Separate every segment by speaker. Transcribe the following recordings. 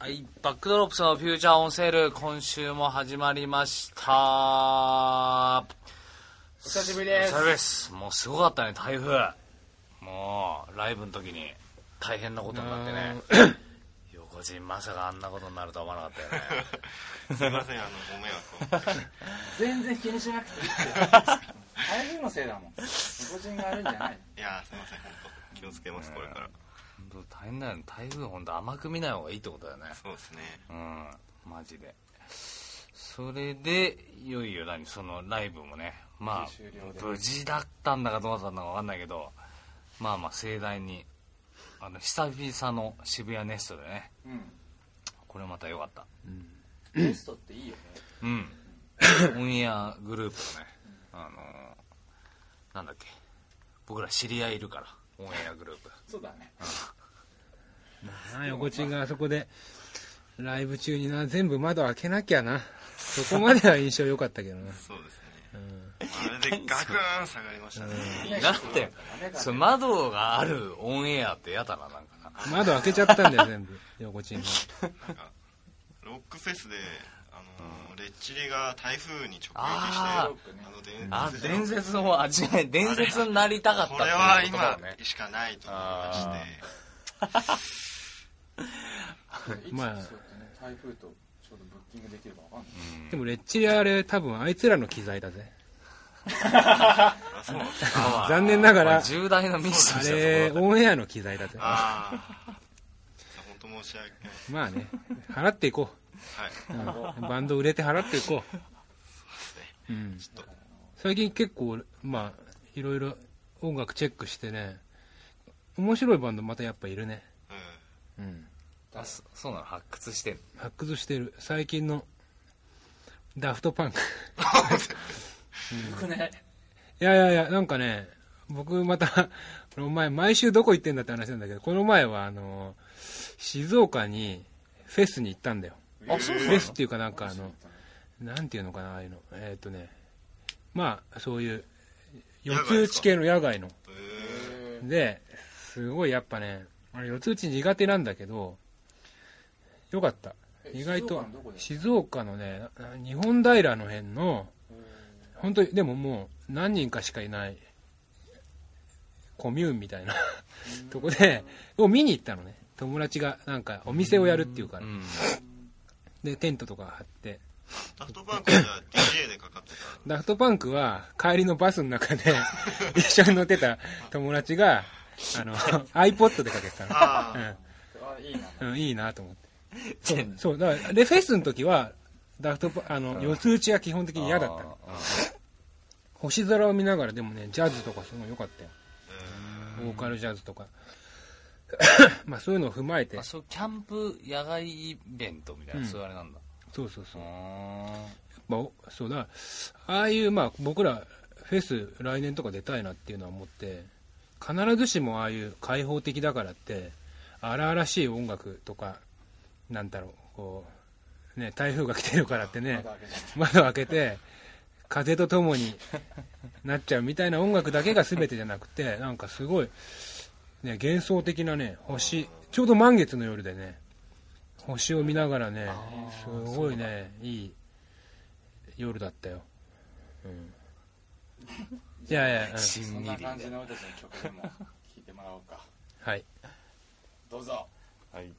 Speaker 1: はい、バックドロップスのフューチャーオンセール、今週も始まりました。
Speaker 2: お久しぶりです
Speaker 1: お久しぶりです。もうすごかったね、台風。もう、ライブの時に大変なことになってね。 横陣まさかあんなことになるとは思わなかったよ ね。
Speaker 3: すいません、あの、ご迷惑を。
Speaker 2: 全然気にしなくていいって台風のせいだもん個人があるんじゃない
Speaker 3: いやー、すいません、本当。気をつけます、これから。
Speaker 1: 本当大変だよね。台風本当甘く見ない方がいいってことだよね。
Speaker 3: そうですね。
Speaker 1: うん、マジで。それで、いよいよ何、そのライブもね、まあ
Speaker 2: 無事終了、で
Speaker 1: 無事だったんだかどうだったのかわかんないけど、まあまあ盛大に、あの、久々の渋谷ネストでね、
Speaker 2: うん
Speaker 1: これまた良かった。
Speaker 2: ゲストっていいよね
Speaker 1: うん。オンエアグループのね、あのーなんだっけ、僕ら知り合いいるから、オンエアグループ。
Speaker 2: そうだね
Speaker 4: なあ横ちんがあそこでライブ中にな全部窓開けなきゃなそこまでは印象良かったけどな
Speaker 3: そうです ね。まるでガクーン下がりましたね。
Speaker 1: なんて、その窓があるオンエアってやだな、なんかな。
Speaker 4: 窓開けちゃったんだよ全部横ちんが
Speaker 3: なんか、ロックフェスで、あのー、レッチリが台風に直撃して、
Speaker 1: あ
Speaker 3: あ
Speaker 2: ー
Speaker 3: の
Speaker 1: あ
Speaker 3: 伝、
Speaker 1: 伝
Speaker 3: 説
Speaker 1: 説を味わい、伝説になりたかったっ
Speaker 3: こ
Speaker 1: て
Speaker 3: れは
Speaker 1: いうことだ
Speaker 3: 今
Speaker 1: よね。
Speaker 3: しかないと思いまして、
Speaker 2: いつそうやって
Speaker 4: まあ
Speaker 2: ね台風とちょうどブッキングできるかわかんない
Speaker 4: でもレッチリあれ多分あいつらの機材だぜ
Speaker 3: あ、そうなんですか。
Speaker 4: 残念ながら
Speaker 1: まあ重大なミス
Speaker 4: あ
Speaker 1: で
Speaker 4: れ
Speaker 1: した
Speaker 4: オンエアの機材だぜ
Speaker 3: ああ。本当申し訳ない。
Speaker 4: まあね払っていこ
Speaker 3: はい。
Speaker 4: う、うんバンド売れて払っていこう、うん、最近結構まあいろいろ音楽チェックしてね面白いバンドまたやっぱいるね
Speaker 3: うん。
Speaker 4: うん
Speaker 1: あそそうなの、発掘してる。
Speaker 4: 発掘してる最近のダフトパンク
Speaker 2: 僕ね
Speaker 4: いやいやいやなんかね僕またお前毎週どこ行ってんだって話なんだけどこの前はあの静岡にフェスに行ったんだよ
Speaker 1: あ、そう
Speaker 4: フェスっていうかなんかあのなんていうのかなああいうのえーっ、とねまあそういう四つ打ち系の野外のですごいやっぱねあれ四つ打ち苦手なんだけどよかった
Speaker 2: え
Speaker 4: 意外と
Speaker 2: 静岡のどこで
Speaker 4: 静岡のねな日本平の辺の本当にでももう何人かしかいないコミューンみたいなとこでを見に行ったのね友達がなんかお店をやるっていうから
Speaker 1: うん。
Speaker 4: でテントとか張って
Speaker 3: ダフトパンクじゃ DJ でかかってた。
Speaker 4: ダフトパンクは帰りのバスの中で一緒に乗ってた友達があの iPod でかけてたの
Speaker 3: あー
Speaker 2: あいいな
Speaker 4: うん、うん、いいなと思ってそ
Speaker 1: 全
Speaker 4: う
Speaker 1: 然
Speaker 4: そうだからレフェスの時はダフトパあの四つ打ちは基本的に嫌だったの
Speaker 1: あ
Speaker 4: 星空を見ながらでもねジャズとかすごい良かったよボーカルジャズとか まあそういうのを踏まえて
Speaker 1: ーあ、そう、キャンプ野外イベントみたいな、
Speaker 4: うん
Speaker 1: そういうあれなんだ。
Speaker 4: そうそうそう
Speaker 1: う、ーん
Speaker 4: まあおそうだああいうまあ僕らフェス来年とか出たいなっていうのは思って必ずしもああいう開放的だからって荒々しい音楽とかなんだろうこうね台風が来てるからってね
Speaker 2: 窓開けちゃっ
Speaker 4: 窓を開けて風とともになっちゃうみたいな音楽だけが全てじゃなくてなんかすごい、ね、幻想的なね星ちょうど満月の夜でね星を見ながらねすごいねいい夜だったよ、 うん、いやいや、うん
Speaker 1: し
Speaker 2: たそ
Speaker 1: ん
Speaker 2: ん
Speaker 1: み
Speaker 2: な
Speaker 1: り。
Speaker 2: 感じの俺たちの曲でも聴いてもらおうか
Speaker 4: はい
Speaker 2: どうぞ
Speaker 1: はい。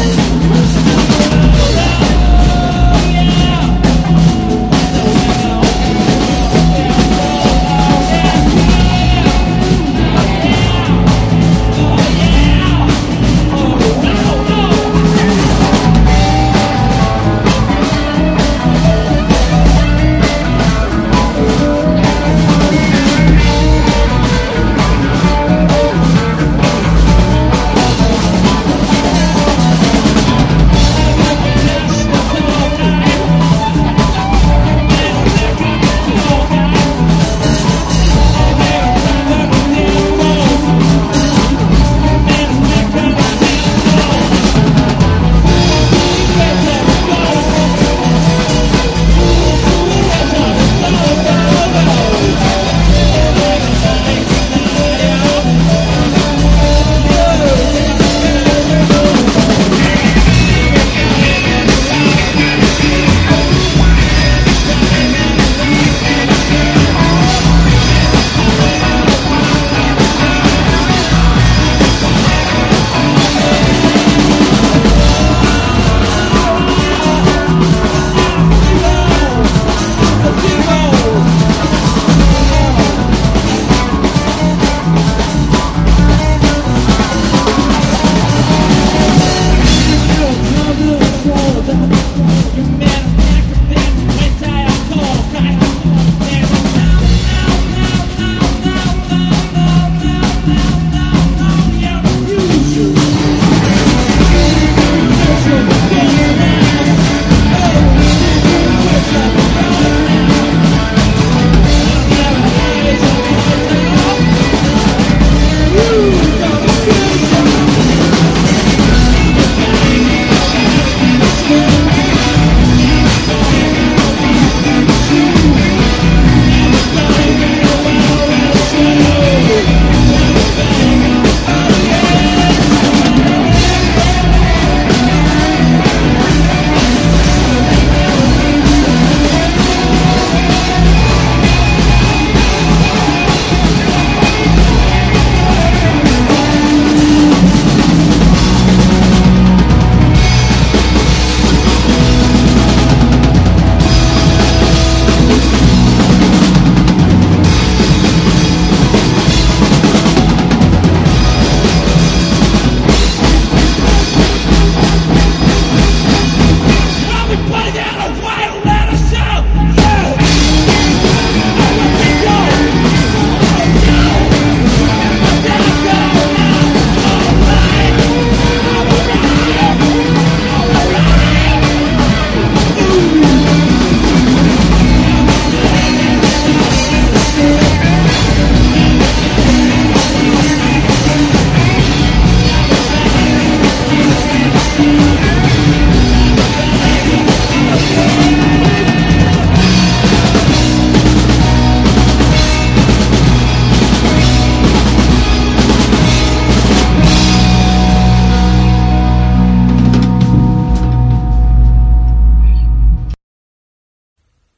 Speaker 5: 「 Everybody down a wild ladder shout! Yeah!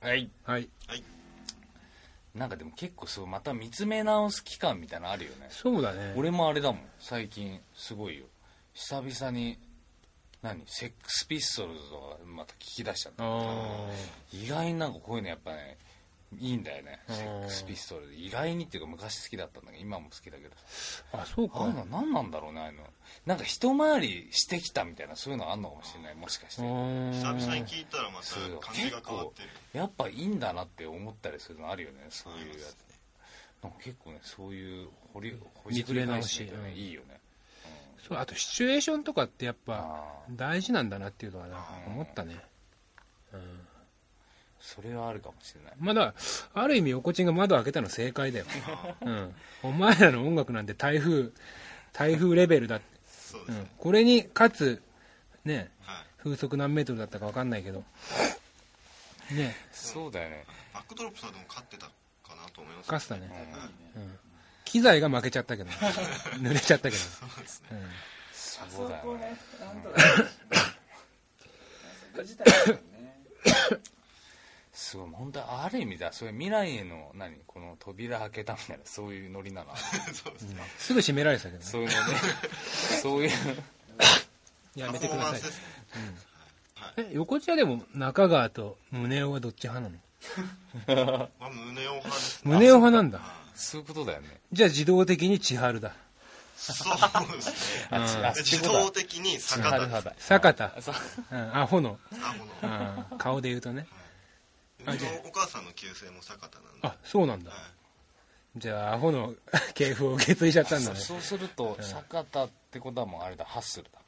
Speaker 1: はい。
Speaker 4: はい。
Speaker 1: なんかでも結構そう、また見つめ直す期間みたいなのあるよね。
Speaker 4: そうだね。
Speaker 1: 俺もあれだもん、最近、すごいよ。久々に、何セックスピストルズとかまた聞き出したんだ。
Speaker 4: あ
Speaker 1: 意外になんかこういうのやっぱね、いいんだよね。セックスピストルズ。意外にっていうか昔好きだったんだけど、今も好きだけど。
Speaker 4: あ。あ、そう
Speaker 1: ああ
Speaker 4: か
Speaker 1: いう。の何なんだろうね、ああいうの。なんか一回りしてきたみたいな、そういうのあんのかもしれない、もしかして。
Speaker 3: 久
Speaker 4: 久
Speaker 3: 々に聞いたらまた
Speaker 1: そういうの
Speaker 3: 感じ
Speaker 1: 結
Speaker 3: が変わっ
Speaker 1: 構
Speaker 3: てる
Speaker 1: やっぱいいんだなって思ったりするのあるよねそういうやつ
Speaker 3: あります
Speaker 1: なんか結構ねそういう掘り掘
Speaker 4: 見
Speaker 1: り
Speaker 4: つ
Speaker 1: く
Speaker 4: め
Speaker 1: り
Speaker 4: 直
Speaker 1: 返
Speaker 4: し
Speaker 1: しみたいなね
Speaker 4: うん
Speaker 1: いいよね
Speaker 4: そう、あとシチュエーションとかってやっぱ
Speaker 1: ああ
Speaker 4: 大事なんだなっていうのはなんか思ったね。
Speaker 1: それはあるかもしれない
Speaker 4: まあだから、ある意味、おこちんが窓開けたの正解だよ。うん。お前らの音楽なんて台風、台風レベルだって。
Speaker 3: そう
Speaker 4: う
Speaker 3: です
Speaker 4: ん
Speaker 3: ね、。
Speaker 4: これに、かつ、ね、
Speaker 3: はい
Speaker 4: 風速何メートルだったか分かんないけど。ね、
Speaker 1: そうだよね
Speaker 3: バックドロップさんでも勝ってたかなと思います
Speaker 4: かすだね。
Speaker 1: うん
Speaker 4: 機材が負けちゃったけど、濡れちゃった けど。
Speaker 3: そうですね
Speaker 4: うん
Speaker 1: そうだよね
Speaker 2: ね、なんとか。そこ自体だよね。
Speaker 1: すごい本当にある意味だそれ未来への何この扉開けたみたいなそういうノリなの
Speaker 3: そうですね
Speaker 4: すぐ閉められてたけどね。
Speaker 1: そういうのねそういう
Speaker 4: やめてく
Speaker 3: パフォー
Speaker 4: ださい
Speaker 3: マンス。ですね
Speaker 4: え、横地はでも、中川と宗男はどっち派なの
Speaker 3: まあ胸を派 ですね
Speaker 4: 宗男派なんだ。
Speaker 1: そういうことだよね
Speaker 4: じゃあ自動的に千春だ。
Speaker 3: そうですね
Speaker 1: あっちあっち
Speaker 3: 自
Speaker 1: こだ
Speaker 3: 動的に坂
Speaker 1: あ
Speaker 3: 田
Speaker 1: る
Speaker 3: です
Speaker 1: 派だ
Speaker 4: 坂田
Speaker 1: あ。そう
Speaker 4: うん、アホの。
Speaker 3: あこ
Speaker 4: う
Speaker 3: の
Speaker 4: ん顔で言うとね。
Speaker 3: うちのお母さんの旧姓も坂田なんで
Speaker 4: あ、そうなんだ
Speaker 3: は。
Speaker 4: じゃあ、アホの 系譜を受け継いじゃったんだね。
Speaker 1: そうすると坂田ってことはもうあれだハッスルだ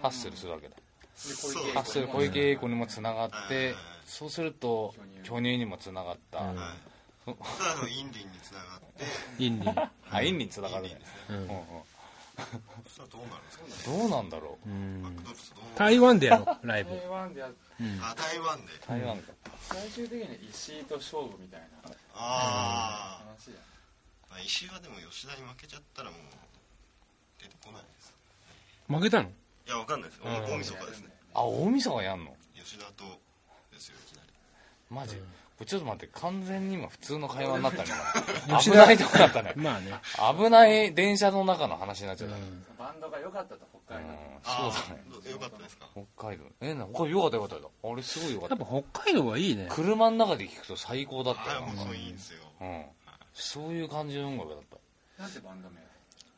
Speaker 1: ハッスルするわけだ
Speaker 3: そう
Speaker 1: ハッスル小池栄子にもつながっ
Speaker 3: う
Speaker 1: て
Speaker 3: ん
Speaker 1: そうすると巨乳にもつながった、
Speaker 3: はいただあのインディンにつながって
Speaker 4: インディ。
Speaker 1: あインにつながる
Speaker 3: イン
Speaker 1: ね
Speaker 3: ディですね
Speaker 1: うんうん
Speaker 3: さあどうなるんですかね
Speaker 1: どうなんだろう、
Speaker 3: バックドロップさんどう
Speaker 4: 台湾でやろう、ライブ。
Speaker 2: 台湾でやっ
Speaker 3: あ台湾で
Speaker 1: 台湾か
Speaker 2: 最終的に石井と勝負みたいな
Speaker 3: あ
Speaker 2: 話だよ
Speaker 3: あ石井はでも吉田に負けちゃったらもう出てこないです
Speaker 4: 負けたの
Speaker 3: いやわかんないです大晦日ですね
Speaker 1: あ大晦日やんの
Speaker 3: 吉田とですよいきなり
Speaker 1: マジ、これちょっと待って完全に今普通の会話になったね 今
Speaker 4: 吉
Speaker 1: 危
Speaker 4: 田
Speaker 1: ないとこだったね
Speaker 4: まあね。
Speaker 1: 危ない電車の中の話になっちゃった、うん
Speaker 2: バンドが良かったと北海道の
Speaker 1: そう
Speaker 3: あ
Speaker 1: だね
Speaker 3: あよかったですか
Speaker 1: 北海道えなこれよかったよかったあれすごいよか
Speaker 4: や
Speaker 1: っ
Speaker 4: ったぱ北海道はいいね。
Speaker 1: 車の中で聞くと最高だった
Speaker 3: は
Speaker 1: よ
Speaker 3: い
Speaker 1: な
Speaker 3: も
Speaker 1: ん
Speaker 3: う
Speaker 1: か
Speaker 3: そういいんですよ
Speaker 1: うん、そういう感じの音楽だった
Speaker 2: なんでバンド名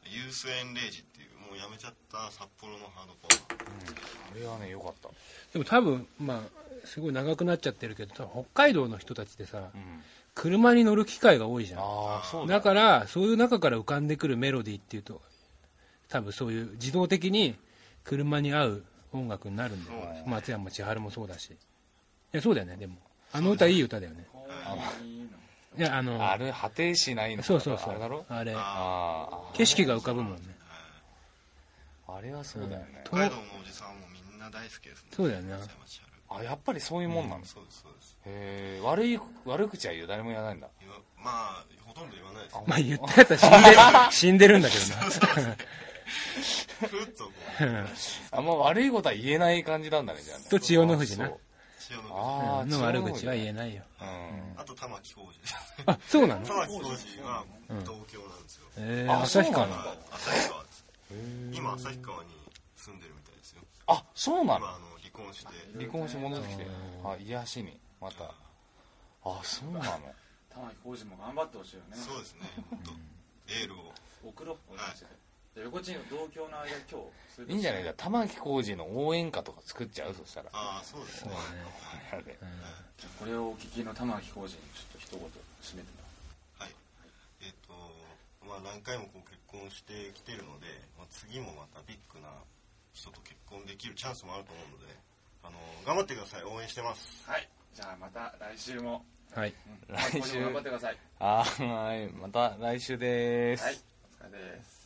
Speaker 3: ユースエンレイジっていうもうやめちゃった札幌のハードコア
Speaker 1: あれはねよかった
Speaker 4: でも多分、まあ、すごい長くなっちゃってるけど、多分北海道の人たちってさ
Speaker 1: う、ん
Speaker 4: 車に乗る機会が多いじゃん。
Speaker 1: ああそうだ
Speaker 4: だから、そういう中から浮かんでくるメロディーっていうと、多分そういう自動的に車に合う音楽になるんだよ
Speaker 3: そうで。
Speaker 4: 松山千春もそうだし。いや、そうだよね、でも。あの歌いい歌だよね。
Speaker 2: こういうの
Speaker 4: いや、あの、
Speaker 1: あれ果てしないのか
Speaker 4: そうそうそ
Speaker 1: あれだ
Speaker 4: う
Speaker 1: ろ。
Speaker 4: あれ、
Speaker 1: あー
Speaker 4: 景色が浮かぶもんね。
Speaker 1: ああれはそうだよね、
Speaker 4: と
Speaker 3: 北海道のおじさんもみんなな大好きですね
Speaker 4: そうだよね
Speaker 3: 松山千春
Speaker 1: あ、やっぱりそういうもんなんです。
Speaker 3: そうですそうです
Speaker 1: へえ、悪い、悪口は言う誰も言わないんだ。
Speaker 3: 言わまあほとんど言わないです
Speaker 4: まあ言ったやつは死んでる、死んでるんだけどな。
Speaker 3: ふっとこ
Speaker 1: あんま悪いことは言えない感じなんだね、じゃあね。
Speaker 4: と千代の富士な
Speaker 1: そう
Speaker 3: う塩の口
Speaker 1: ああ、
Speaker 4: の悪口は言え
Speaker 1: ない。
Speaker 4: ないよ。
Speaker 1: うん。
Speaker 3: あと玉置浩二です
Speaker 4: あ、そうなの
Speaker 3: 玉置浩二は東京なんですよ、
Speaker 4: えー、
Speaker 1: あ
Speaker 4: 旭川
Speaker 1: そう
Speaker 4: の
Speaker 1: な。ん
Speaker 3: はい旭川です今旭川に住んでるみたいですよ
Speaker 1: あ、そうな
Speaker 3: 今
Speaker 1: の
Speaker 3: あの離婚して
Speaker 1: 離婚して戻ってきて。あ、癒やしに、また。あ、そうなの
Speaker 2: 玉置浩二も頑張ってほしいよね
Speaker 3: そうですね本当エールを
Speaker 2: 送ろう俺たちでじゃあ横地の同郷の間今日そううこと
Speaker 1: いいんじゃないじゃあ玉置浩二の応援歌とか作っちゃうそしたら。
Speaker 3: ああそうですね
Speaker 1: やべ
Speaker 2: じゃあこれをお聞きの玉置浩二にちょっと一言締めてもら
Speaker 3: はいえっ、とまあ何回もこう結婚してきてるので、まあ、次もまたビッグな人と結婚できるチャンスもあると思うのであの頑張ってください応援してます
Speaker 2: おうはいじゃあまた来週も
Speaker 4: はい。
Speaker 2: うん
Speaker 1: 来週
Speaker 2: 玉置浩二も頑張ってください
Speaker 1: あーはい。また来週でーす。
Speaker 2: はいお疲れです